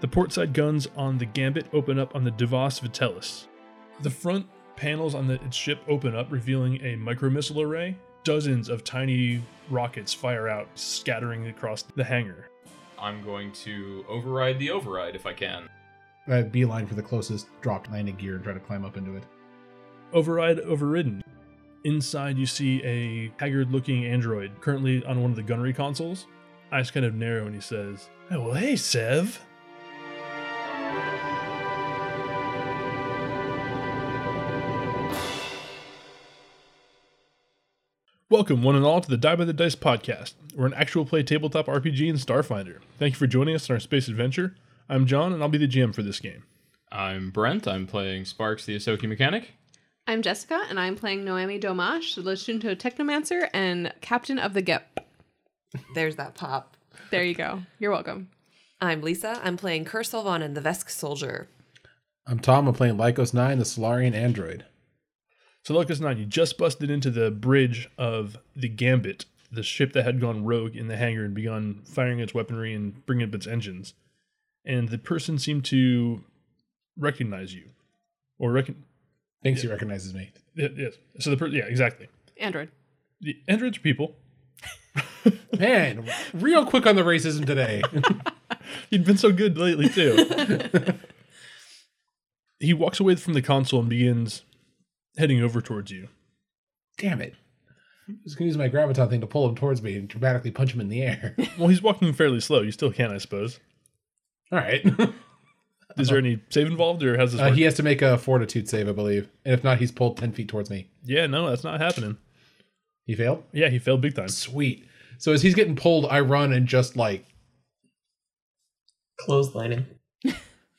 The portside guns on the Gambit open up on the Devos Vitellis. The front panels on the, its ship open up, revealing a micromissile array. Dozens of tiny rockets fire out, scattering across the hangar. I'm going to override the override if I can. I uh, beeline for the closest dropped landing gear and try to climb up into it. Override overridden. Inside, you see a haggard looking android currently on one of the gunnery consoles. Eyes kind of narrow, and he says, Oh, well, hey, Sev. Welcome, one and all, to the Die by the Dice podcast. We're an actual play tabletop RPG in Starfinder. Thank you for joining us on our space adventure. I'm John, and I'll be the GM for this game. I'm Brent. I'm playing Sparks, the Asoki mechanic. I'm Jessica, and I'm playing Noemi Domash, the Lashunto Technomancer and Captain of the Gep. There's that pop. There you go. You're welcome. I'm Lisa. I'm playing Kerr Sylvan and the Vesk Soldier. I'm Tom. I'm playing Lycos 9, the Solarian android. So, Lucas 9, you just busted into the bridge of the Gambit, the ship that had gone rogue in the hangar and begun firing its weaponry and bringing up its engines. And the person seemed to recognize you. Or reckon. Thinks he recognizes me. y- Yes. So, the per- yeah, exactly. Android. The androids are people. Man, real quick on the racism today. You've been so good lately, too. he walks away from the console and begins heading over towards you. Damn it. I was going to use my graviton thing to pull him towards me and dramatically punch him in the air. Well, he's walking fairly slow. You still can, I suppose. All right. Is there any save involved, or how's this Uh-huh. Uh, work? he has to make a fortitude save, I believe. And if not, he's pulled 10 feet towards me. yeah, no, that's not happening. He failed? Yeah, he failed big time. Sweet. So as he's getting pulled, I run and just like, clotheslining.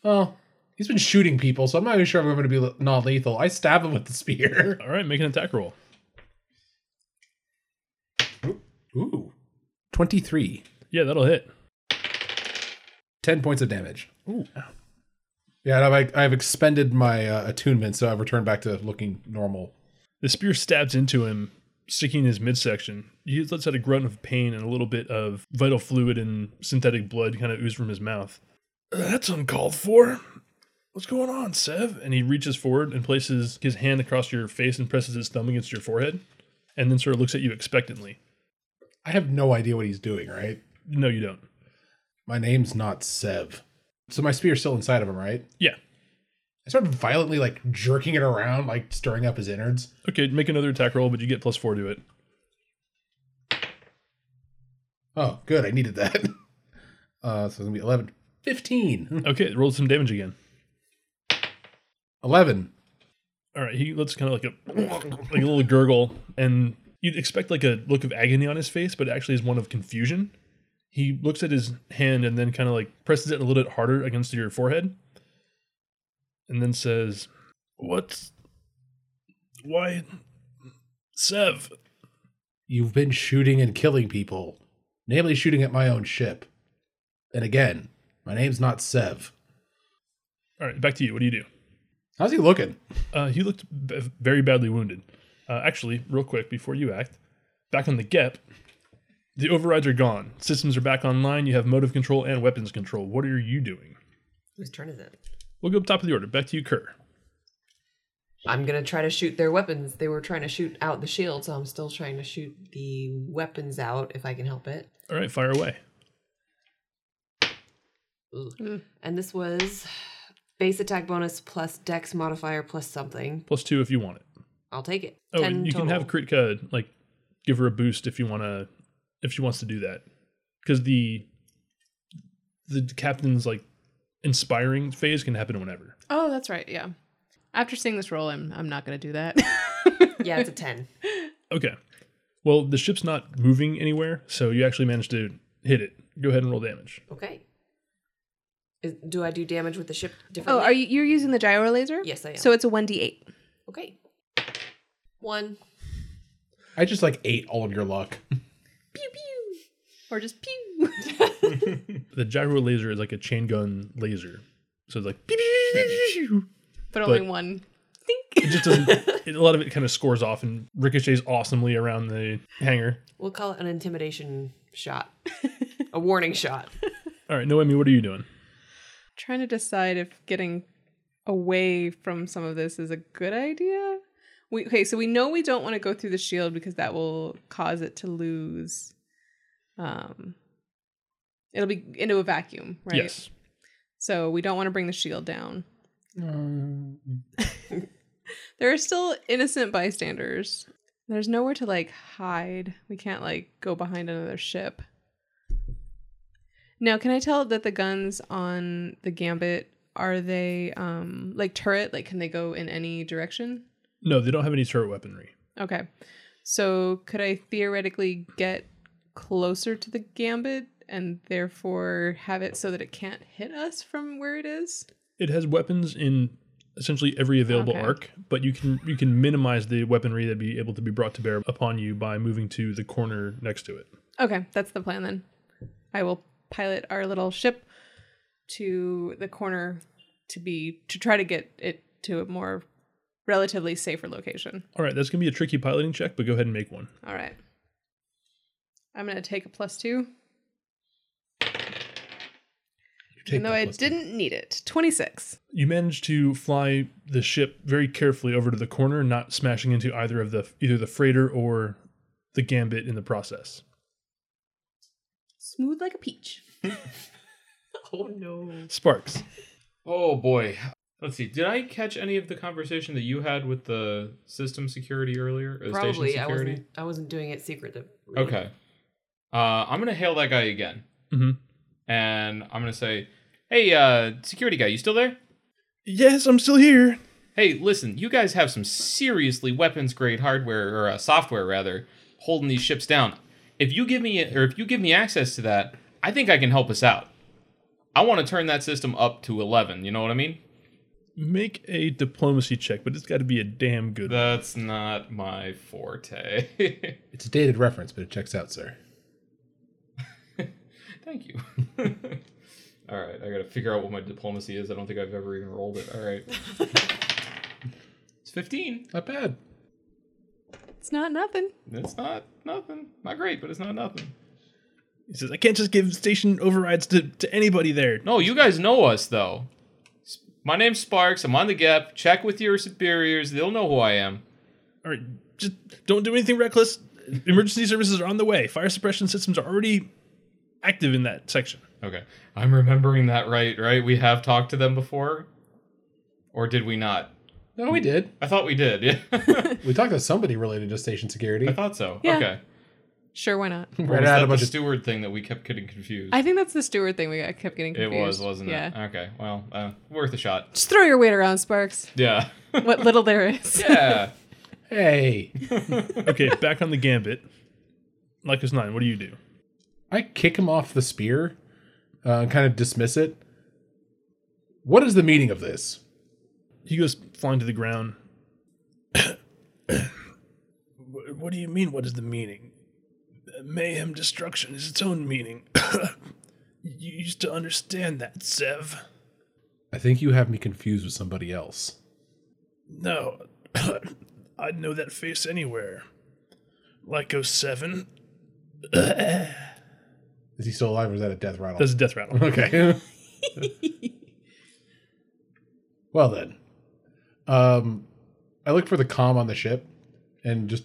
well, he's been shooting people, so I'm not even sure if I'm going to be non lethal. I stab him with the spear. All right, make an attack roll. Ooh. 23. Yeah, that'll hit. 10 points of damage. Ooh. Yeah, and I've, I've expended my uh, attunement, so I've returned back to looking normal. The spear stabs into him, sticking in his midsection. He lets out a grunt of pain and a little bit of vital fluid and synthetic blood kind of ooze from his mouth. That's uncalled for. What's going on, Sev? And he reaches forward and places his hand across your face and presses his thumb against your forehead, and then sort of looks at you expectantly. I have no idea what he's doing, right? No, you don't. My name's not Sev. So my spear's still inside of him, right? Yeah. I started violently like jerking it around, like stirring up his innards. Okay, make another attack roll, but you get plus four to it. Oh, good. I needed that. Uh, so it's going to be 11. 15. Okay, roll some damage again. 11. All right, he lets kind of like a like a little gurgle, and you'd expect like a look of agony on his face, but it actually is one of confusion. He looks at his hand and then kind of like presses it a little bit harder against your forehead, and then says, "What? Why, Sev? You've been shooting and killing people, namely shooting at my own ship. And again, my name's not Sev. All right, back to you. What do you do? How's he looking? Uh, he looked b- very badly wounded. Uh, actually, real quick before you act, back on the GEP, the overrides are gone. Systems are back online. You have motive control and weapons control. What are you doing? Whose turn is it? We'll go up top of the order. Back to you, Kerr. I'm gonna try to shoot their weapons. They were trying to shoot out the shield, so I'm still trying to shoot the weapons out if I can help it. All right, fire away. Ugh. Mm. And this was base attack bonus plus dex modifier plus something. Plus two if you want it. I'll take it. Oh, Ten and you can total. have Kritka like give her a boost if you want to, if she wants to do that, because the the captain's like inspiring phase can happen whenever. Oh, that's right. Yeah. After seeing this roll, I'm I'm not gonna do that. Yeah, it's a ten. Okay. Well, the ship's not moving anywhere, so you actually managed to hit it. Go ahead and roll damage. Okay. Is, do I do damage with the ship oh, differently? are you you're using the gyro laser? Yes, I am. So it's a one d eight. Okay. One. I just like ate all of your luck. Pew pew. Or just pew. The gyro laser is like a chain gun laser, so it's like it but only But- one. Think. just doesn't. It, a lot of it kind of scores off and ricochets awesomely around the hangar. We'll call it an intimidation shot. a warning shot. All right, Noemi, what are you doing? trying to decide if getting away from some of this is a good idea. We okay, so we know we don't want to go through the shield because that will cause it to lose. Um, it'll be into a vacuum, right? Yes. So we don't want to bring the shield down. Mm. There are still innocent bystanders. There's nowhere to like hide. We can't like go behind another ship. Now, can I tell that the guns on the Gambit are they um like turret? Like can they go in any direction? No, they don't have any turret weaponry. Okay. So could I theoretically get closer to the Gambit and therefore have it so that it can't hit us from where it is? It has weapons in essentially every available Okay. arc, but you can you can minimize the weaponry that be able to be brought to bear upon you by moving to the corner next to it. Okay, that's the plan then. I will pilot our little ship to the corner to be to try to get it to a more relatively safer location. All right, that's gonna be a tricky piloting check, but go ahead and make one. All right. I'm going to take a plus 2 You take even though that I plus two. didn't need it. 26. You manage to fly the ship very carefully over to the corner, not smashing into either of the either the freighter or the gambit in the process. Smooth like a peach. Oh no. Sparks. Oh boy. Let's see. Did I catch any of the conversation that you had with the system security earlier? Or the station Probably I security? wasn't I wasn't doing it secretive. Okay. Uh, I'm gonna hail that guy again, Mhm. Mm-hmm. and I'm gonna say, "Hey, uh, security guy, you still there? Yes, I'm still here. Hey, listen, you guys have some seriously weapons grade hardware or uh, software rather holding these ships down. If you give me or if you give me access to that, I think I can help us out. I want to turn that system up to 11. You know what I mean? Make a diplomacy check, but it's got to be a damn good. one. That's not my forte. It's a dated reference, but it checks out, sir. Thank you. All right, I gotta figure out what my diplomacy is. I don't think I've ever even rolled it. All right. it's 15. Not bad. It's not nothing. It's not nothing. Not great, but it's not nothing. He says, "I can't just give station overrides to, to anybody there." No, you guys know us, though. S- My name's Sparks. I'm on the Gap. Check with your superiors. They'll know who I am. All right, just don't do anything reckless. Emergency services are on the way. Fire suppression systems are already active in that section. Okay. I'm remembering that right, right? We have talked to them before? Or did we not? No, we did. I thought we did, yeah. We talked to somebody related to station security. I thought so. Yeah. Okay. Sure, why not? Or Right was out that a bunch the of steward thing that we kept getting confused? I think that's the steward thing we got kept getting It confused. was, wasn't yeah. it? Okay. Well, uh, worth a shot. Just throw your weight around, Sparks. Yeah. What little there is. yeah. hey. Okay, back on the gambit. Lycus nine, what do you do? I kick him off the spear, uh, and kind of dismiss it. What is the meaning of this? He goes flying to the ground. Wh- what do you mean? What is the meaning? Mayhem destruction is its own meaning. you used to understand that, Sev. I think you have me confused with somebody else. No, I'd know that face anywhere. Lyco 7. Is he still alive or is that a death rattle? That's a death rattle. okay. well then. Um I look for the comm on the ship and just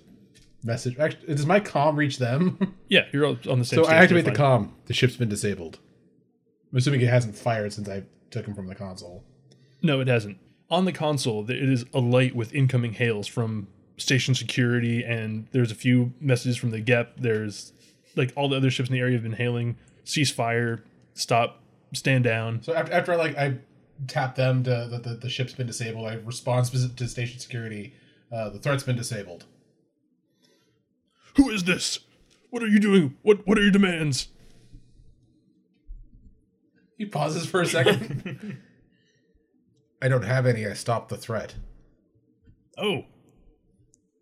message actually does my comm reach them? Yeah, you're all on the same so I stage, activate the you're fine. comm. The ship's been disabled. I'm assuming it hasn't fired since I took him from the console. No, it hasn't. On the console, th- it is alight with incoming hails from station security, and there's a few messages from the GEP. There's like all the other ships in the area have been hailing ceasefire, stop, stand down. So after, after I like I tap them to that the, the ship's been disabled, I respond spec- to station security. Uh, the threat's been disabled. Who is this? What are you doing? What What are your demands? He pauses for a second. I don't have any. I stopped the threat. Oh,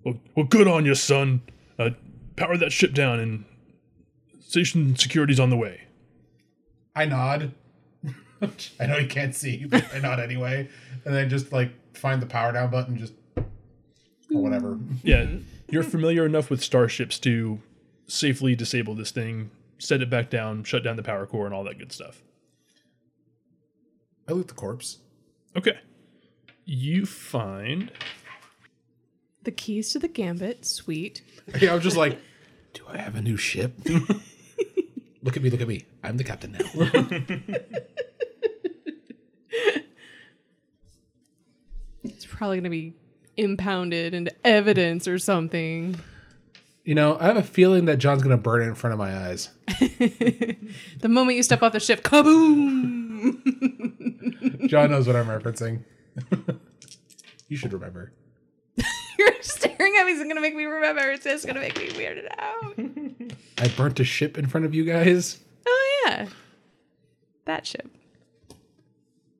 well, well good on you, son. Uh, power that ship down, and station security's on the way. I nod. I know he can't see, but I nod anyway. And then just like find the power down button, just or whatever. Yeah, you're familiar enough with starships to safely disable this thing, set it back down, shut down the power core, and all that good stuff. I loot the corpse. Okay. You find The keys to the gambit, sweet. Yeah, I was just like, do I have a new ship? look at me, look at me. I'm the captain now. It's probably gonna be impounded into evidence or something. you know, I have a feeling that John's gonna burn it in front of my eyes. The moment you step off the ship, kaboom! John knows what I'm referencing. you should remember. You're staring at me. It's gonna make me remember. It's just gonna make me weirded out. I burnt a ship in front of you guys. Oh yeah, that ship.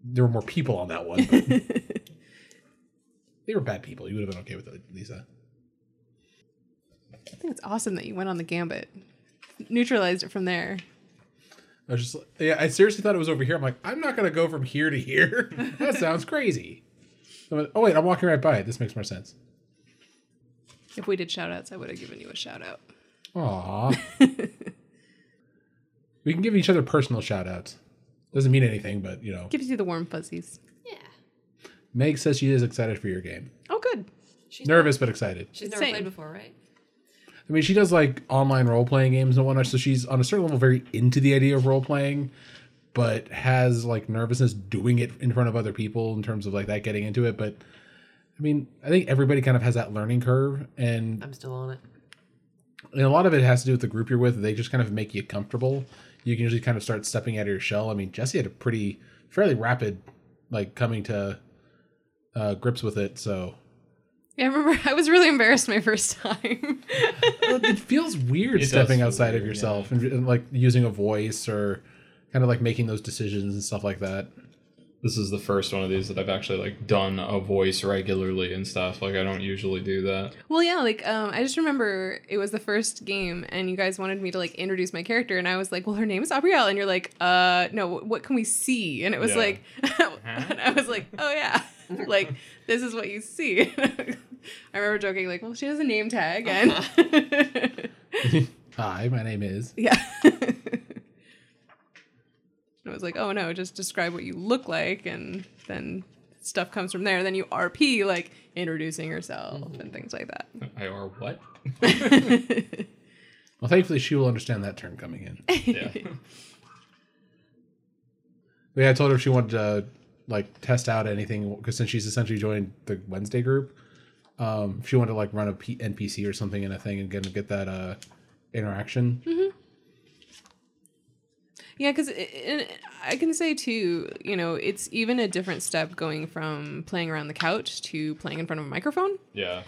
There were more people on that one. but- they were bad people. You would have been okay with it, Lisa. I think it's awesome that you went on the gambit. Neutralized it from there. I was just like- yeah, I seriously thought it was over here. I'm like, I'm not gonna go from here to here. that sounds crazy. I'm like, oh wait, I'm walking right by it. This makes more sense. If we did shout outs, I would have given you a shout out. Aw. we can give each other personal shout outs. Doesn't mean anything, but you know. Gives you the warm fuzzies. Yeah. Meg says she is excited for your game. Oh, good. She's Nervous but excited. She's It's never same. played before, right? I mean, she does like online role playing games and whatnot, so she's on a certain level very into the idea of role playing, but has like nervousness doing it in front of other people in terms of like that getting into it. But I mean, I think everybody kind of has that learning curve, and, I'm still on it. and a lot of it has to do with the group you're with. They just kind of make you comfortable. You can usually kind of start stepping out of your shell. I mean, Jesse had a pretty fairly rapid like coming to uh, grips with it, so Yeah, I remember I was really embarrassed my first time. Well, it feels weird It does stepping feel outside of weird, yourself and, and like using a voice or kind of like making those decisions and stuff like that. This is the first one of these that I've actually like done a voice regularly and stuff. Like I don't usually do that. well, yeah, like um, I just remember it was the first game, and you guys wanted me to like introduce my character, and I was like, "Well, her name is Abrielle," and you're like, "Uh, no, wh- what can we see?" And it was Yeah. like, and I was like, "Oh yeah, like this is what you see." I remember joking like, "Well, she has a name tag," and Hi, my name is. Yeah. and I was like, oh no, just describe what you look like, and then stuff comes from there. Then you RP, like introducing yourself and things like that. I are what? Well, thankfully, she will understand that term coming in. But Yeah. yeah, I told her if she wanted to like test out anything because since she's essentially joined the Wednesday group, um, if she wanted to like run a P- NPC or something in a thing and get, get that uh interaction. Hmm. Yeah, because I can say too, you know, it's even a different step going from playing around the couch to playing in front of a microphone. yeah.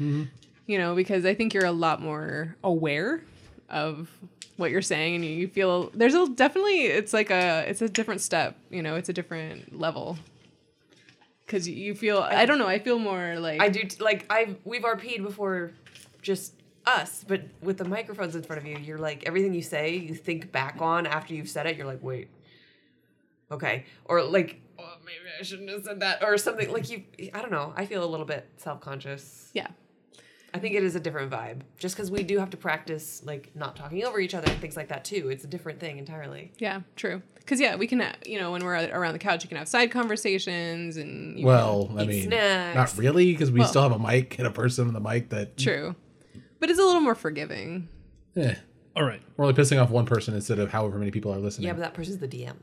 you know, because I think you're a lot more aware of what you're saying and you- you feel there's a definitely it's like a it's a different step, you know, it's a different level. Cuz you feel I don't know, I feel more like I do t- like I've we've RP'd before, just us, but with the microphones in front of you, you're like everything you say, you think back on after you've said it. You're like, wait, okay, or like oh, maybe I shouldn't have said that, or something like you. I don't know. I feel a little bit self conscious. yeah. I think it is a different vibe, just because we do have to practice like not talking over each other and things like that too. It's a different thing entirely. Yeah, true. Cuz yeah, we can uh, you know, when we're out- around the couch, you can have side conversations and you Well, I eat mean, snacks. not really because we Well- still have a mic and a person on the mic that. can, true. But it's a little more forgiving. Eh, all right. we're only pissing off one person instead of however many people are listening. Yeah, but that person's the DM.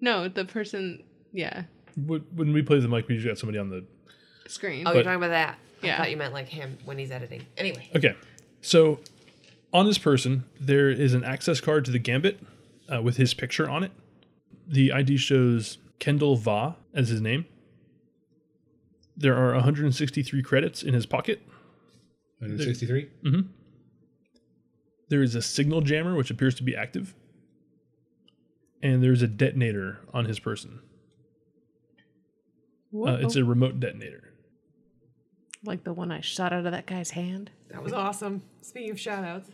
No, the person yeah, Wh- When we play the mic, we usually got somebody on the screen. Oh, you're talking about that. Yeah. I thought you meant like him when he's editing. Anyway, Okay. So on this person, there is an access card to the Gambit uh, with his picture on it. The ID shows Kendall Va as his name. There are 163 credits in his pocket. 163. There is a signal jammer, which appears to be active. And there's a detonator on his person. Uh, it's a remote detonator. like the one I shot out of that guy's hand. that was awesome. Speaking of shout outs.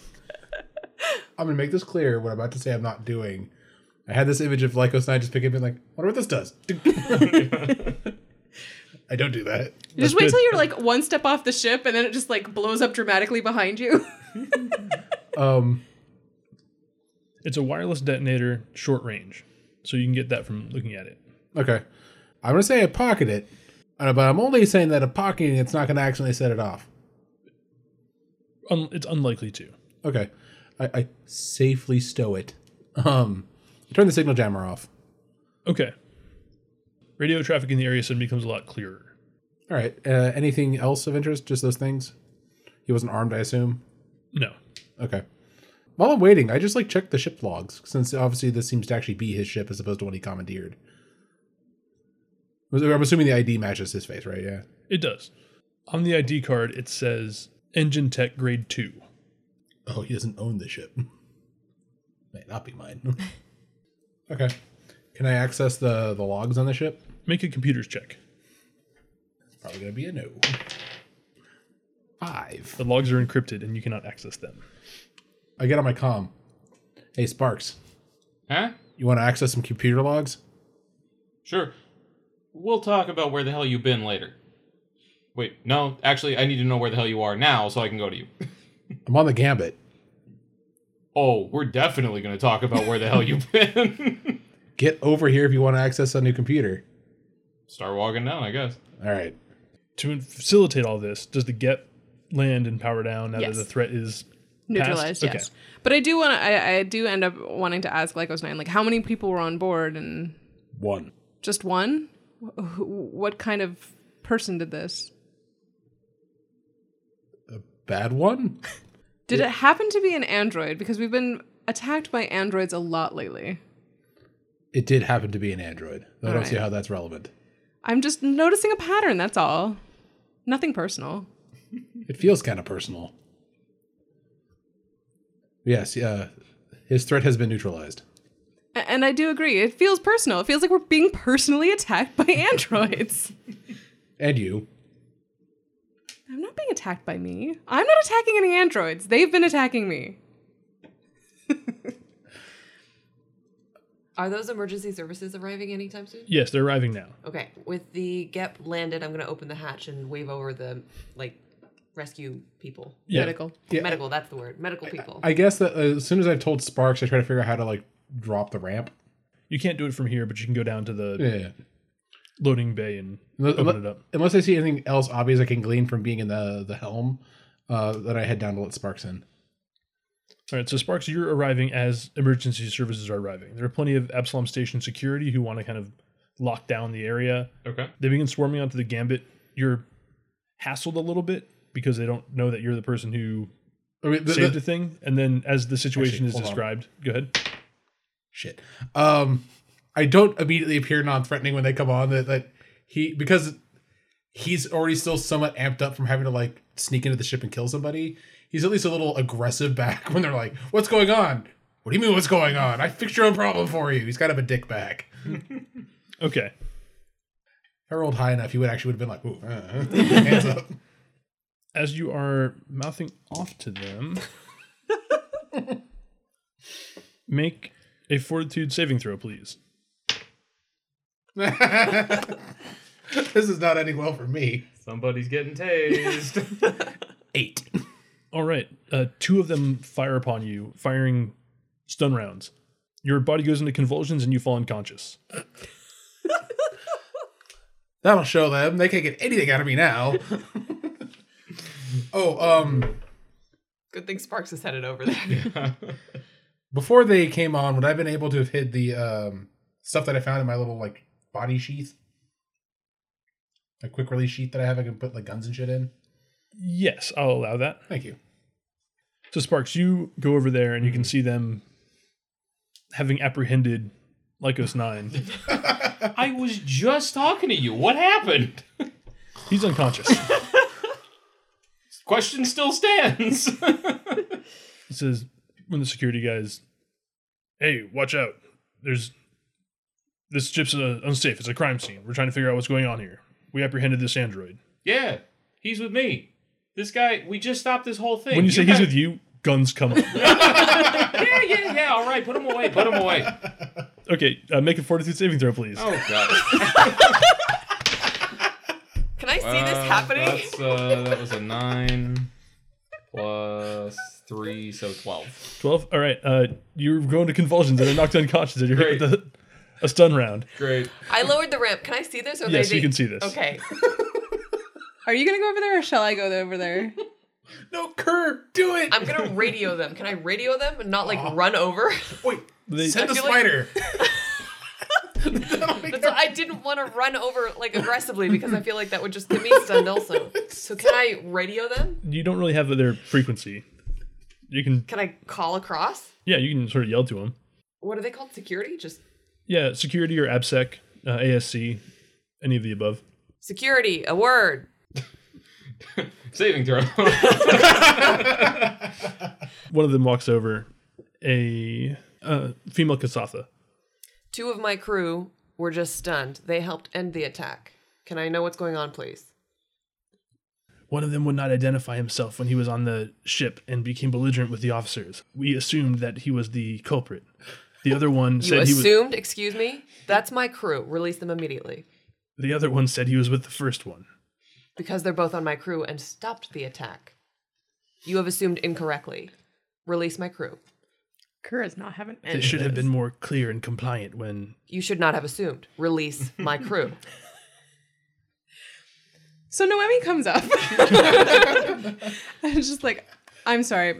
I'm gonna make this clear. What I'm about to say, I'm not doing. I had this image of Lycos and I just pick up and like, wonder what this does. I don't do that. You That's just wait good. till you're like one step off the ship and then it just like blows up dramatically behind you. Um, It's a wireless detonator, short range, so you can get that from looking at it. Okay. I'm going to say I pocket it, uh, but I'm only saying that a pocketing it's not going to accidentally set it off. Un- it's unlikely to. Okay. I, I safely stow it. Um, turn the signal jammer off. Okay. Radio traffic in the area soon becomes a lot clearer. All right. Uh, anything else of interest? Just those things? He wasn't armed, I assume. No. Okay. While I'm waiting, I just like check the ship logs since obviously this seems to actually be his ship as opposed to when he commandeered. Was- I'm assuming the ID matches his face, right? Yeah. It does. On the ID card, it says Engine Tech Grade 2. Oh, he doesn't own the ship. Might not be mine. okay. Can I access the the logs on the ship? Make a computer's check. Probably gonna be a no. Five. The logs are encrypted and you cannot access them. I get on my comm. Hey Sparks, Huh? you want to access some computer logs? Sure. We'll talk about where the hell you've been later. Wait, no, actually, I need to know where the hell you are now so I can go to you. I'm on the gambit. Oh, we're definitely going to talk about where the hell you've been. Get over here if you want to access a new computer. Start walking down, I guess. All right. To facilitate all this, does the get land and power down now Yes. that the threat is neutralized Passed? yes but i do want to I, I do end up wanting to ask lycos 9 like how many people were on board and One. just one Wh- wh- what kind of person did this Bad one? did it happen to be an android because we've been attacked by androids a lot lately It did happen to be an android. I don't All see right. how that's relevant. i'm just noticing a pattern that's all nothing personal It feels kind of personal. Yes, yeah. His threat has been neutralized. A- and i do agree it feels personal it feels like we're being personally attacked by androids And you. i'm not being attacked by me i'm not attacking any androids they've been attacking me Are those emergency services arriving anytime soon? Yes, they're arriving now. Okay, with the gap landed, I'm gonna open the hatch and wave over the like rescue people. Yeah. medical Yeah, Medical, that's the word. Medical people. I guess that uh, as soon as I've told Sparks, I try to figure out how to like drop the ramp. You can't do it from here, but you can go down to the Yeah. loading bay and Unless, open it up. unless I see anything else obvious I can glean from being in the the helm, uh, then I head down to let Sparks in. All right, so Sparks, you're arriving as emergency services are arriving. There are plenty of Absalom Station security who want to kind of lock down the area. Okay. They begin swarming onto the gambit. You're hassled a little bit because they don't know that you're the person who I mean, the- saved the- the thing. And then, as the situation Actually, is hold on. described, go ahead. shit. Um, I don't immediately appear non-threatening when they come on. That that he because he's already still somewhat amped up from having to like sneak into the ship and kill somebody. He's at least a little aggressive back when they're like, "What's going on? What do you mean what's going on? I fixed your own problem for you." He's kind of a dick back. Okay. If I rolled high enough, he would actually would have been like, "Ooh, uh, uh, hands up." As you are mouthing off to them, make a fortitude saving throw, please. this is not ending well for me. Somebody's getting tased. Eight. All right. Uh, two of them fire upon you, firing stun rounds. Your body goes into convulsions and you fall unconscious. That'll show them. They can't get anything out of me now. oh, um, Good thing Sparks is headed over there. before they came on, would I have been able to have hid the um stuff that I found in my little like body sheath? A quick release sheath that I have I can put like guns and shit in? Yes, I'll allow that. Thank you. So, Sparks, you go over there and you can see them having apprehended Lycos 9. I was just talking to you. What happened? He's unconscious. Question still stands. It says, when the security guys, hey, watch out. There's this ship's uh, unsafe. It's a crime scene. We're trying to figure out what's going on here. We apprehended this android. yeah, he's with me. This guy, we just stopped this whole thing. When you say he's guys- with you, guns come up. Yeah, yeah, yeah. All right, put him away. Put him away. Okay, uh, make a fortitude saving throw, please. Oh god. Uh, Can I see this happening? uh, That's, uh, that was a nine plus three, so twelve. 12. All right. Uh, you're going to convulsions and are knocked unconscious and you're hit Great. with a, a stun round. Great. I lowered the ramp. Can I see this? Or Yes, they- you can see this. Okay. Are you gonna go over there, or shall I go over there? No, Kerr, do it. I'm gonna radio them. Can I radio them and not like run over? Uh-huh. Wait, They- send the I feel like- spider. That'll make That's why I didn't want to run over like aggressively because I feel like that would just get me stunned also. So can I radio them? You don't really have their frequency. You can, Can I call across? yeah, you can sort of yell to them. What are they called? Security? Just Yeah, security or ABSEC, uh, ASC, any of the above. security. A word. Saving throw. One of them walks over, a uh, female Kasatha. Two of my crew were just stunned. They helped end the attack. Can I know what's going on, please? One of them would not identify himself when he was on the ship and became belligerent with the officers. We assumed that he was the culprit. The other one You said he was. assumed, excuse me? That's my crew. Release them immediately. The other one said he was with the first one. Because they're both on my crew and stopped the attack. You have assumed incorrectly. Release my crew. Kerr is not having It should have been more clear and compliant when You should not have assumed. Release my crew. So Noemi comes up. and just like, I'm sorry.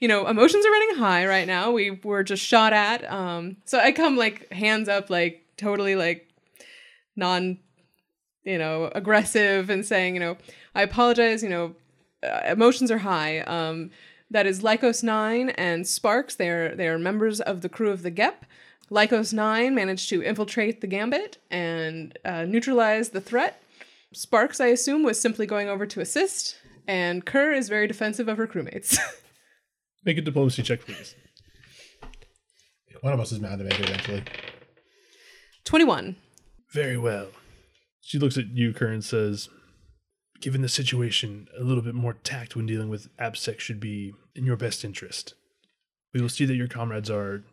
You know, emotions are running high right now. We were just shot at. Um, so I come like hands up, like totally like non, you know, aggressive and saying, you know, I apologize. You know, uh, emotions are high. Um, that is Lycos Nine and Sparks. They are they are members of the crew of the Gep. Lycos Nine managed to infiltrate the Gambit and uh, neutralize the threat. Sparks, I assume, was simply going over to assist, and Kerr is very defensive of her crewmates. make a diplomacy check, please. One of us is mad to make it eventually. 21. Very well. She looks at you, Kerr, and says, Given the situation, a little bit more tact when dealing with ABSEC should be in your best interest. We will see that your comrades are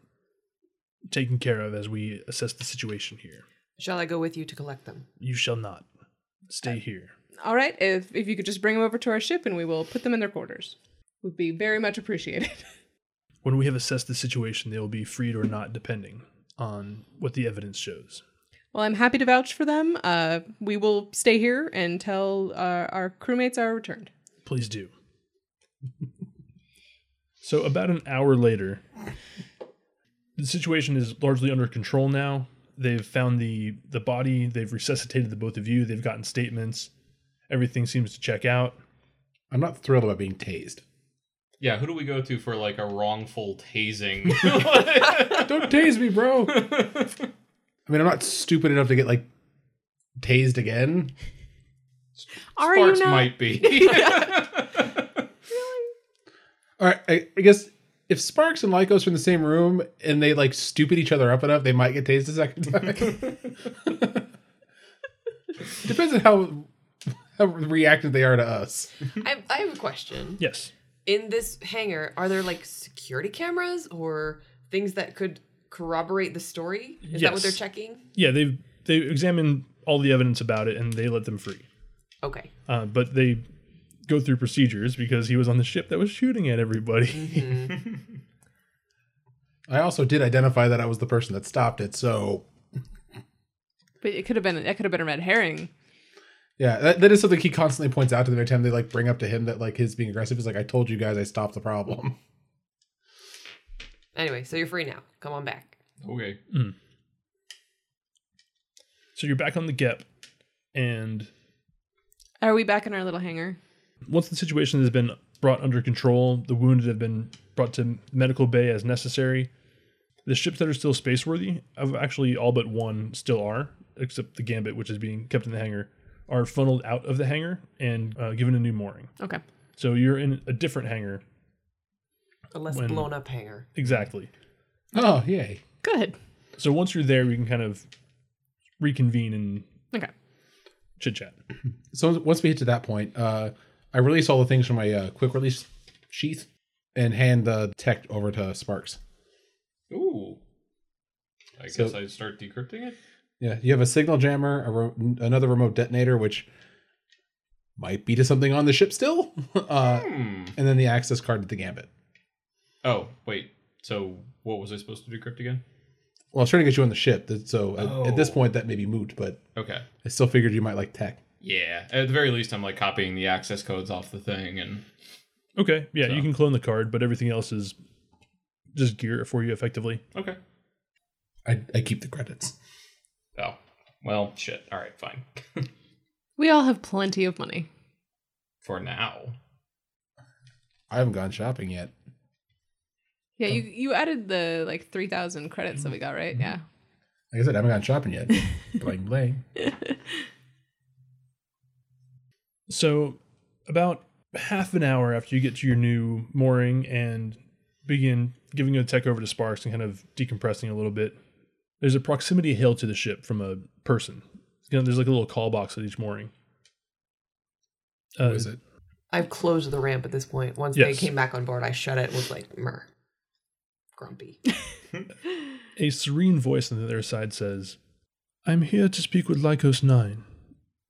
taken care of as we assess the situation here. Shall I go with you to collect them? You shall not. Stay here. All right, if, if you could just bring them over to our ship and we will put them in their quarters. Would be very much appreciated. When we have assessed the situation, they will be freed or not, depending on what the evidence shows. well, I'm happy to vouch for them. Uh, we will stay here until our, our crewmates are returned. Please do. so, about an hour later, the situation is largely under control now. They've found the the body. They've resuscitated the both of you. They've gotten statements. Everything seems to check out. I'm not thrilled about being tased. yeah, who do we go to for like a wrongful tasing? Don't tase me, bro. I mean, I'm not stupid enough to get like tased again. Are Sparks might be. All right, I, I guess if Sparks and Lycos are in the same room and they like stupid each other up enough, they might get tased a second time. Depends on how how reactive they are to us. I, I have a question. Yes, In this hangar, are there like security cameras or things that could corroborate the story? Is that what they're Yes. checking? yeah. They've they examined all the evidence about it and they let them free. Okay. Uh, but they go through procedures because he was on the ship that was shooting at everybody. I also did identify that I was the person that stopped it, so But it could have been it could have been a red herring. yeah, that, that is something he constantly points out to them every time they like bring up to him that like his being aggressive is like I told you guys I stopped the problem. Anyway, so you're free now. Come on back. okay. So you're back on the Gep, and Are we back in our little hangar? once the situation has been brought under control, the wounded have been brought to medical bay as necessary. The ships that are still spaceworthy, of actually all but one still are, except the Gambit, which is being kept in the hangar, are funneled out of the hangar and uh, given a new mooring. Okay. So you're in a different hangar, A less When- blown up hangar. exactly. Oh yay! Good. So once you're there, we can kind of reconvene and Okay. chit chat. So once we hit to that point, uh, I release all the things from my uh, quick release sheath and hand the tech over to Sparks. Ooh. I So- guess I start decrypting it. Yeah, you have a signal jammer, a re- another remote detonator, which might be to something on the ship still, uh, Hmm. and then the access card to the gambit. Oh wait. So what was I supposed to decrypt again? Well, I was trying to get you on the ship, th- so at- at this Oh. point that may be moot, but Okay. I still figured you might like tech. Yeah. At the very least, I'm like copying the access codes off the thing, and Okay, yeah, So. you can clone the card, but everything else is just gear for you effectively. okay. I, I keep the credits. Oh. Well, shit. All right, fine. We all have plenty of money. For now. I haven't gone shopping yet. Yeah, you you added the like three thousand credits that we got, right? Yeah. Like I said, I haven't gone shopping yet. bling bling. So, about half an hour after you get to your new mooring and begin giving a tech over to Sparks and kind of decompressing a little bit, there's a proximity hail to the ship from a person. You know, there's like a little call box at each mooring. Uh, What is it? I've closed the ramp at this point. Once Yes. they came back on board, I shut it. and Was like, mer, grumpy. A serene voice on the other side says, I'm here to speak with Lycos 9.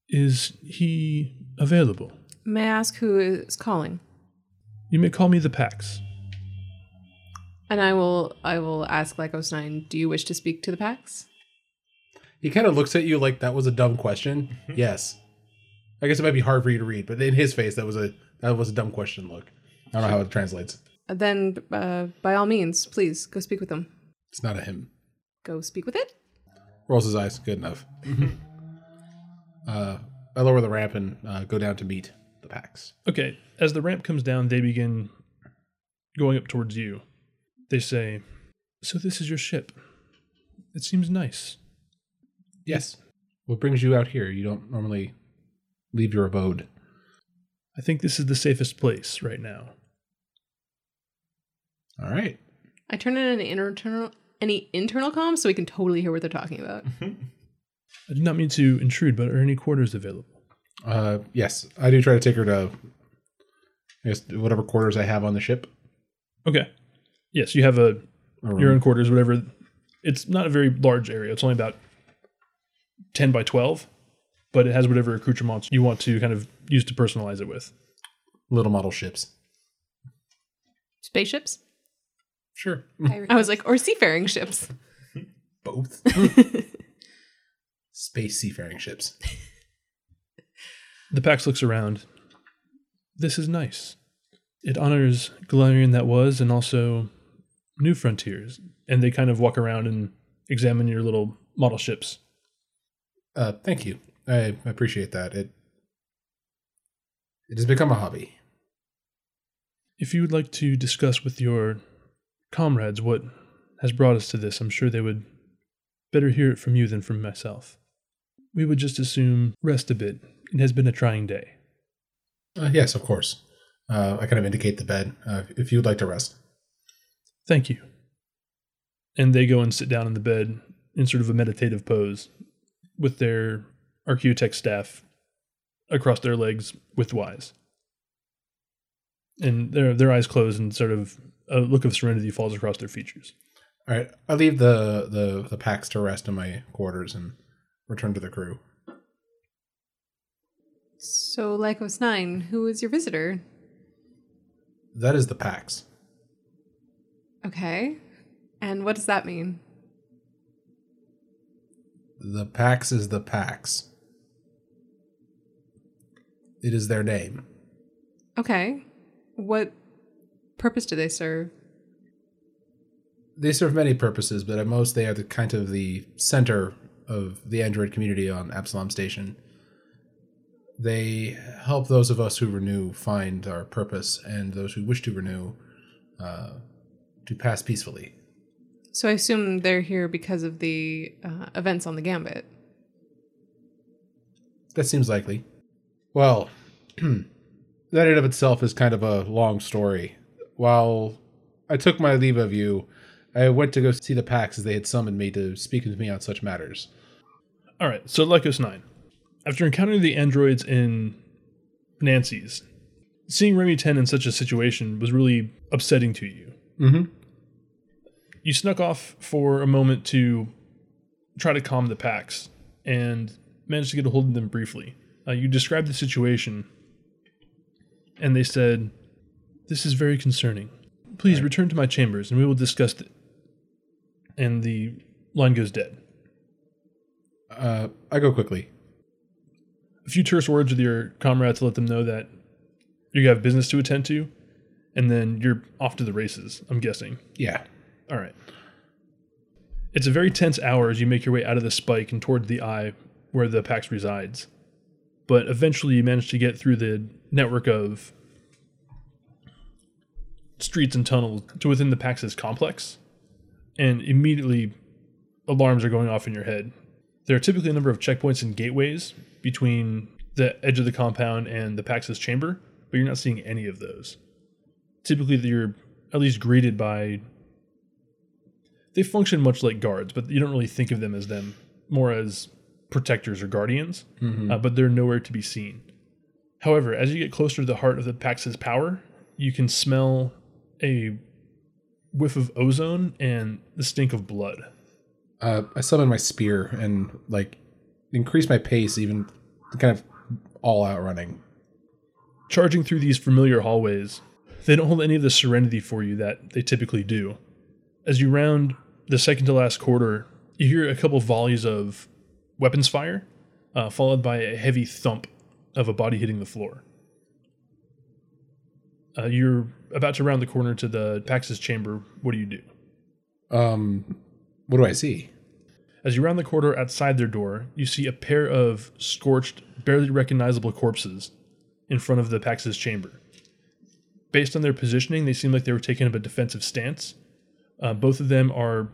Is he available? May I ask who is calling? You may call me the Pax. And I will I will ask Lycos Nine. Do you wish to speak to the PAX? He kind of looks at you like that was a dumb question. yes. I guess it might be hard for you to read, but in his face, that was a that was a dumb question. Look, I don't know how it translates. Then, uh, by all means, please go speak with them. It's not a him. Go speak with it. Rolls his eyes. Good enough. uh, I lower the ramp and uh, go down to meet the packs. Okay, as the ramp comes down, they begin going up towards you. They say, So this is your ship. It seems nice. Yes. What brings you out here? You don't normally leave your abode. I think this is the safest place right now. All right. I turn in an internal any internal comms so we can totally hear what they're talking about. I did not mean to intrude, but are any quarters available? Uh, yes, I do try to take her to, I guess whatever quarters I have on the ship. Okay. Yes, you have a A room. your own quarters, whatever. It's not a very large area. It's only about 10 by 12, but it has whatever accoutrements you want to kind of use to personalize it with. little model ships. Spaceships? Sure. I was like, or seafaring ships. Both space seafaring ships. The Pax looks around. This is nice. It honors Galarian that was and also New Frontiers. And they kind of walk around and examine your little model ships. Uh, thank you. I appreciate that. It it has become a hobby. If you would like to discuss with your comrades what has brought us to this, I'm sure they would better hear it from you than from myself. We would just assume rest a bit. It has been a trying day. Uh, yes, of course. Uh, I kind of indicate the bed uh, if you would like to rest. Thank you. And they go and sit down in the bed in sort of a meditative pose with their architect staff across their legs widthwise. And their their eyes closed and sort of a look of serenity falls across their features. All right, I leave the the the packs to rest in my quarters and return to the crew. So, Lycos Nine, who is your visitor? That is the packs. Okay. And what does that mean? The Pax is the Pax. It is their name. Okay. What purpose do they serve? They serve many purposes, but at most they are the kind of the center of the android community on Absalom Station. They help those of us who renew find our purpose, and those who wish to renew uh, to pass peacefully. So, I assume they're here because of the uh, events on the Gambit. That seems likely. Well, that in of itself is kind of a long story. While I took my leave of you, I went to go see the Pax as they had summoned me to speak with me on such matters. All right, so Lycos 9. After encountering the androids in Nancy's, seeing Remy 10 in such a situation was really upsetting to you. Mm-hmm. you snuck off for a moment to try to calm the packs and managed to get a hold of them briefly. Uh, you described the situation, and they said, This is very concerning. Please return to my chambers and we will discuss it. And the line goes dead. Uh, I go quickly. A few terse words with your comrades to let them know that you have business to attend to, and then you're off to the races, I'm guessing. Yeah. All right. It's a very tense hour as you make your way out of the spike and toward the eye where the Pax resides. But eventually you manage to get through the network of streets and tunnels to within the Pax's complex, and immediately alarms are going off in your head. There are typically a number of checkpoints and gateways between the edge of the compound and the Pax's chamber, but you're not seeing any of those. Typically, you're at least greeted by they function much like guards, but you don't really think of them as them, more as protectors or guardians. Uh, but they're nowhere to be seen. However, as you get closer to the heart of the Pax's power, you can smell a whiff of ozone and the stink of blood. Uh, I summon my spear and like increase my pace, even kind of all out running. Charging through these familiar hallways, they don't hold any of the serenity for you that they typically do. As you round the second to last corridor, you hear a couple volleys of weapons fire, uh, followed by a heavy thump of a body hitting the floor. Uh, you're about to round the corner to the Pax's chamber. What do you do? Um, what do I see? As you round the corridor outside their door, you see a pair of scorched, barely recognizable corpses in front of the Pax's chamber. Based on their positioning, they seem like they were taking up a defensive stance. Uh, both of them are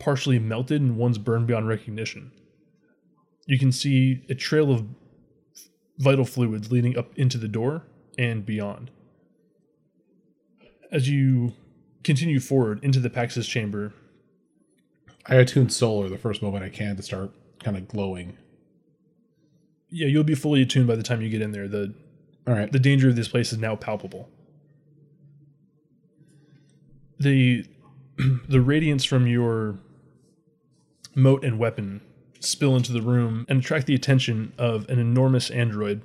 partially melted and one's burned beyond recognition. You can see a trail of vital fluids leading up into the door and beyond. As you continue forward into the Pax's chamber, I attune solar the first moment I can to start kind of glowing. yeah, you'll be fully attuned by the time you get in there. The All right. the danger of this place is now palpable. The the radiance from your moat and weapon spill into the room and attract the attention of an enormous android,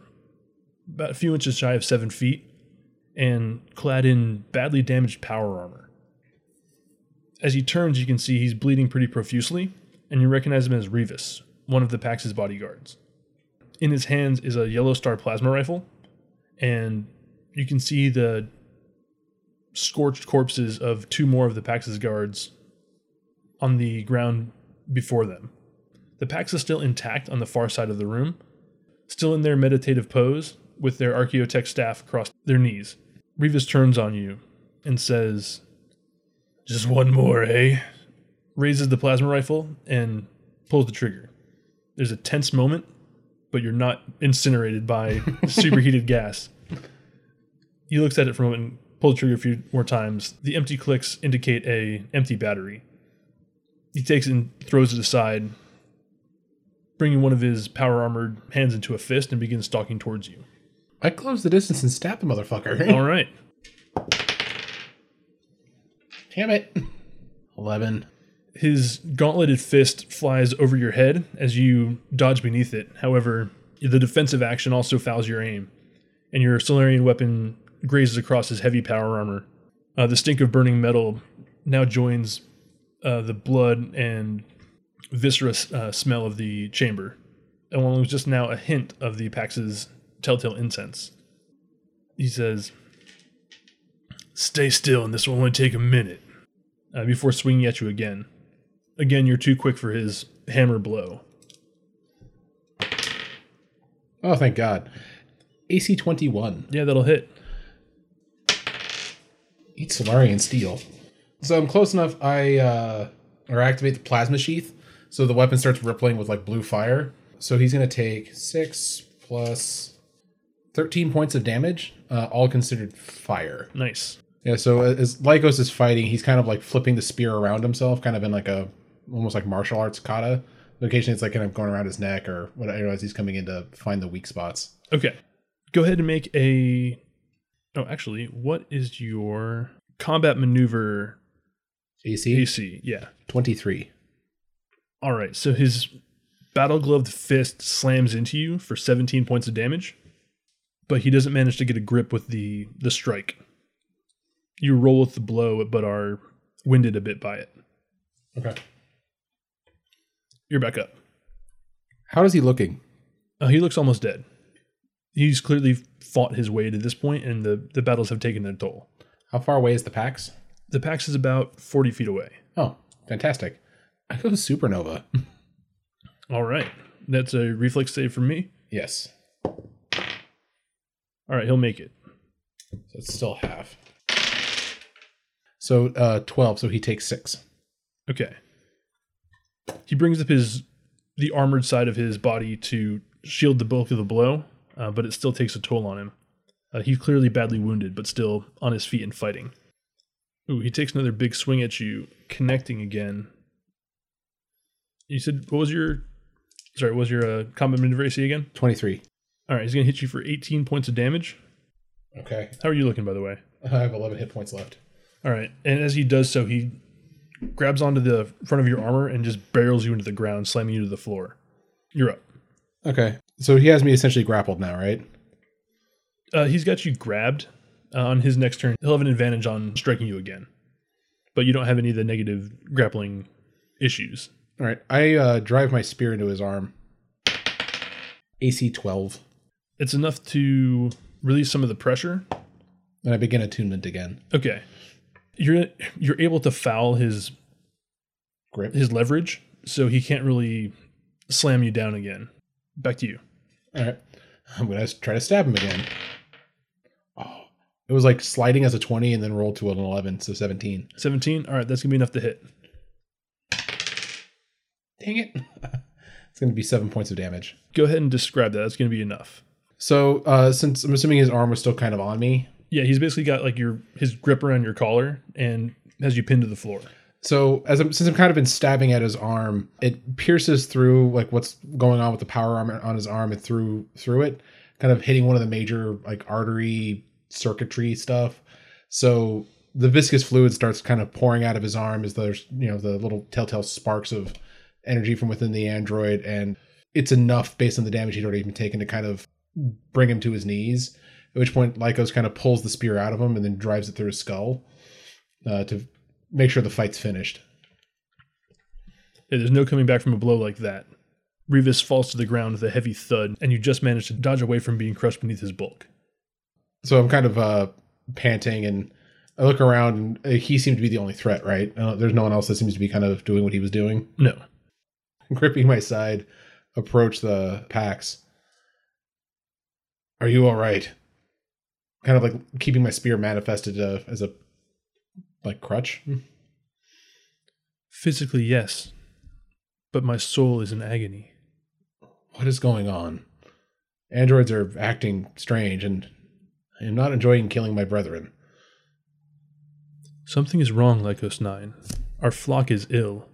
about a few inches shy of seven feet, and clad in badly damaged power armor. As he turns, you can see he's bleeding pretty profusely, and you recognize him as Revis, one of the Pax's bodyguards. In his hands is a yellow star plasma rifle, and you can see the scorched corpses of two more of the Pax's guards on the ground before them. The Pax is still intact on the far side of the room, still in their meditative pose with their Archaeotech staff across their knees. Revis turns on you and says, Just one more, eh? Raises the plasma rifle and pulls the trigger. There's a tense moment but you're not incinerated by superheated gas. He looks at it for a moment and pulls the trigger a few more times. The empty clicks indicate a empty battery. He takes it and throws it aside, bringing one of his power armored hands into a fist and begins stalking towards you. I close the distance and stab the motherfucker. All right. Damn it. Eleven. His gauntleted fist flies over your head as you dodge beneath it. However, the defensive action also fouls your aim, and your Solarian weapon grazes across his heavy power armor. Uh, the stink of burning metal now joins uh, the blood and viscerous uh, smell of the chamber, along with just now a hint of the Pax's telltale incense. He says, Stay still, and this will only take a minute, uh, before swinging at you again. Again, you're too quick for his hammer blow. Oh, thank God. AC twenty one. Yeah, that'll hit. Eat Solarian steel. So I'm close enough. I uh, or activate the plasma sheath, so the weapon starts rippling with like blue fire. So he's gonna take six plus thirteen points of damage, uh, all considered fire. Nice. Yeah. So as Lycos is fighting, he's kind of like flipping the spear around himself, kind of in like a almost like martial arts kata. Occasionally, it's like kind of going around his neck or whatever as he's coming in to find the weak spots. Okay. Go ahead and make a. Oh, actually, what is your combat maneuver AC AC? Yeah. twenty three. All right. So his battle gloved fist slams into you for 17 points of damage, but he doesn't manage to get a grip with the the strike. you roll with the blow, but are winded a bit by it. Okay. You're back up. How is he looking? Uh, he looks almost dead. He's clearly fought his way to this point, and the, the battles have taken their toll. How far away is the PAX? The Pax is about 40 feet away. Oh, fantastic. I go supernova. All right. That's a reflex save from me. yes. All right, he'll make it. So it's still half. So uh 12, so he takes 6. Okay. He brings up his the armored side of his body to shield the bulk of the blow, uh, but it still takes a toll on him. Uh, he's clearly badly wounded, but still on his feet and fighting. Ooh, he takes another big swing at you, connecting again. You said what was your sorry? What was your uh, combat maneuver AC again? 23. All right, he's gonna hit you for 18 points of damage. Okay. How are you looking, by the way? I have 11 hit points left. All right. And as he does so, he grabs onto the front of your armor and just barrels you into the ground, slamming you to the floor. You're up. Okay. So he has me essentially grappled now, right? Uh, he's got you grabbed. Uh, on his next turn, he'll have an advantage on striking you again, but you don't have any of the negative grappling issues. All right. I uh drive my spear into his arm. AC 12. It's enough to release some of the pressure. And I begin attunement again. Okay, you're you're able to foul his Grip. his leverage, so he can't really slam you down again. Back to you. All right. I'm going to try to stab him again. Oh. It was like sliding as a 20 and then rolled to an 11, so 17. 17. All right, that's gonna be enough to hit. Dang it. it's going to be seven points of damage. Go ahead and describe that. That's gonna be enough. So, uh, since I'm assuming his arm was still kind of on me, Yeah, he's basically got like your his grip around your collar and has you pinned to the floor. so as I'm, since I'm kind of been stabbing at his arm, it pierces through like what's going on with the power arm on his arm and through through it, kind of hitting one of the major like artery circuitry stuff. So the viscous fluid starts kind of pouring out of his arm as there's you know the little telltale sparks of energy from within the android, and it's enough based on the damage he'd already been taken to kind of bring him to his knees. At which point, Lycos kind of pulls the spear out of him and then drives it through his skull uh, to make sure the fight's finished. Yeah, there's no coming back from a blow like that. Revis falls to the ground with a heavy thud, and you just manage to dodge away from being crushed beneath his bulk. So I'm kind of uh, panting and I look around and uh, he seemed to be the only threat, right? Uh, there's no one else that seems to be kind of doing what he was doing. No. Gripping my side, approach the packs. Are you all right? Kind of like keeping my spear manifested uh, as a like crutch. Physically, yes, but my soul is in agony. what is going on? Androids are acting strange, and I am not enjoying killing my brethren. Something is wrong, Lycos 9. Our flock is ill.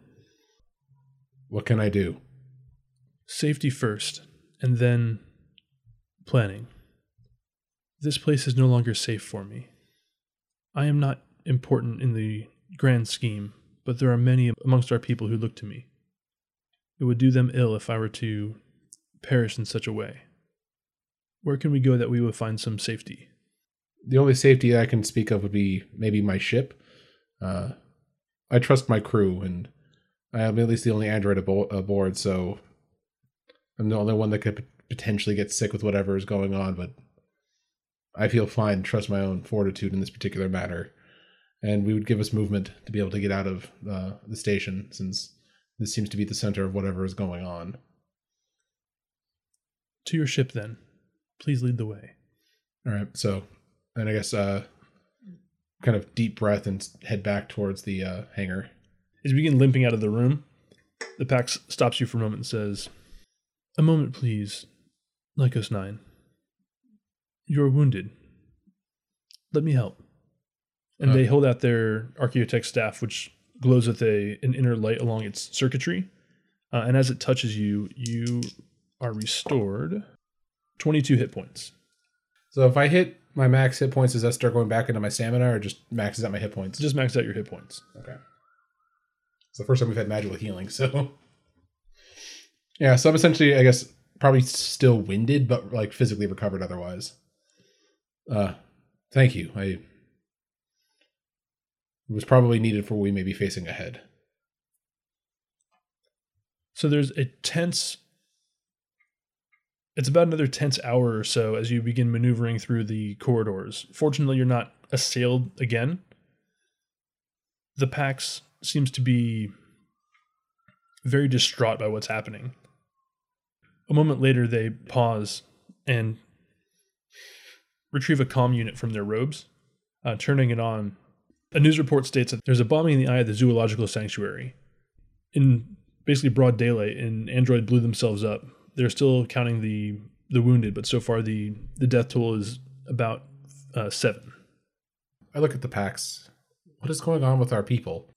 What can I do? Safety first, and then planning. This place is no longer safe for me. I am not important in the grand scheme, but there are many amongst our people who look to me. It would do them ill if I were to perish in such a way. Where can we go that we will find some safety? The only safety I can speak of would be maybe my ship. Uh, I trust my crew, and I am at least the only android abo- aboard, so I'm the only one that could pot- potentially get sick with whatever is going on, but I feel fine. Trust my own fortitude in this particular matter. And we would give us movement to be able to get out of uh, the station, since this seems to be the center of whatever is going on. To your ship, then. Please lead the way. All right. So, and I guess uh, kind of deep breath and s- head back towards the uh, hangar. As you begin limping out of the room, the Pax stops you for a moment and says, A moment, please, Lycos 9. You're wounded. Let me help. And they Okay. hold out their Archaeotech staff, which glows with a, an inner light along its circuitry. Uh, and as it touches you, you are restored 22 hit points. So if I hit my max hit points, does that start going back into my stamina, or just maxes out my hit points? So just max out your hit points. okay. It's the first time we've had magical healing, so yeah. So I'm essentially, I guess, probably still winded, but like physically recovered otherwise. Uh, thank you. I It was probably needed for what we may be facing ahead. So there's a tense. It's about another tense hour or so as you begin maneuvering through the corridors. Fortunately, you're not assailed again. The Pax seems to be very distraught by what's happening. A moment later, they pause and retrieve a comm unit from their robes, uh, turning it on. A news report states that there's a bombing in the eye of the zoological sanctuary. In basically broad daylight and android blew themselves up they're still counting the the wounded but so far the the death toll is about uh, seven I look at the packs. What is going on with our people?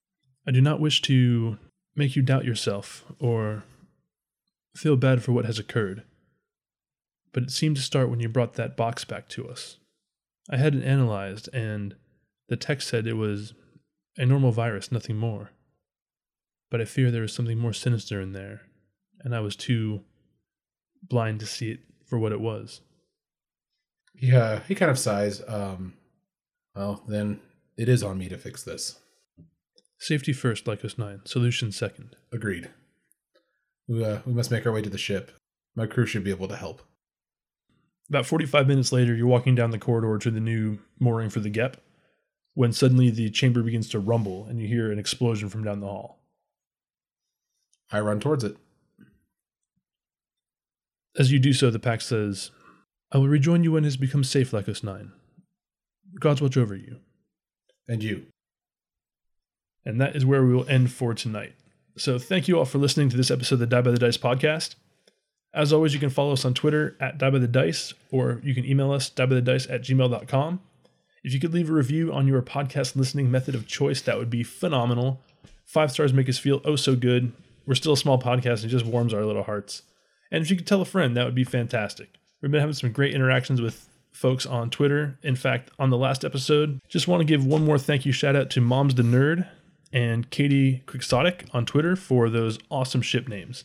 i do not wish to make you doubt yourself or feel bad for what has occurred but it seemed to start when you brought that box back to us i had it analyzed and the text said it was a normal virus nothing more but I fear there is something more sinister in there, and I was too blind to see it for what it was. Yeah, he kind of sighs. Um, well, then it is on me to fix this. Safety first, Lycos 9, solution second. Agreed. We, uh, we must make our way to the ship. My crew should be able to help. About 45 minutes later, you're walking down the corridor to the new mooring for the Gep, when suddenly the chamber begins to rumble and you hear an explosion from down the hall. I run towards it. As you do so, the pack says, I will rejoin you when it has become safe, Lycos 9. Gods watch over you. And you. And that is where we will end for tonight. So thank you all for listening to this episode of the Die by the Dice podcast. As always, you can follow us on Twitter at Die by the Dice, or you can email us diebythedice at gmail.com. If you could leave a review on your podcast listening method of choice, that would be phenomenal. Five stars make us feel oh so good. We're still a small podcast and it just warms our little hearts. And if you could tell a friend, that would be fantastic. We've been having some great interactions with folks on Twitter. In fact, on the last episode, just want to give one more thank you shout out to Moms the Nerd and Katie Quixotic on Twitter for those awesome ship names.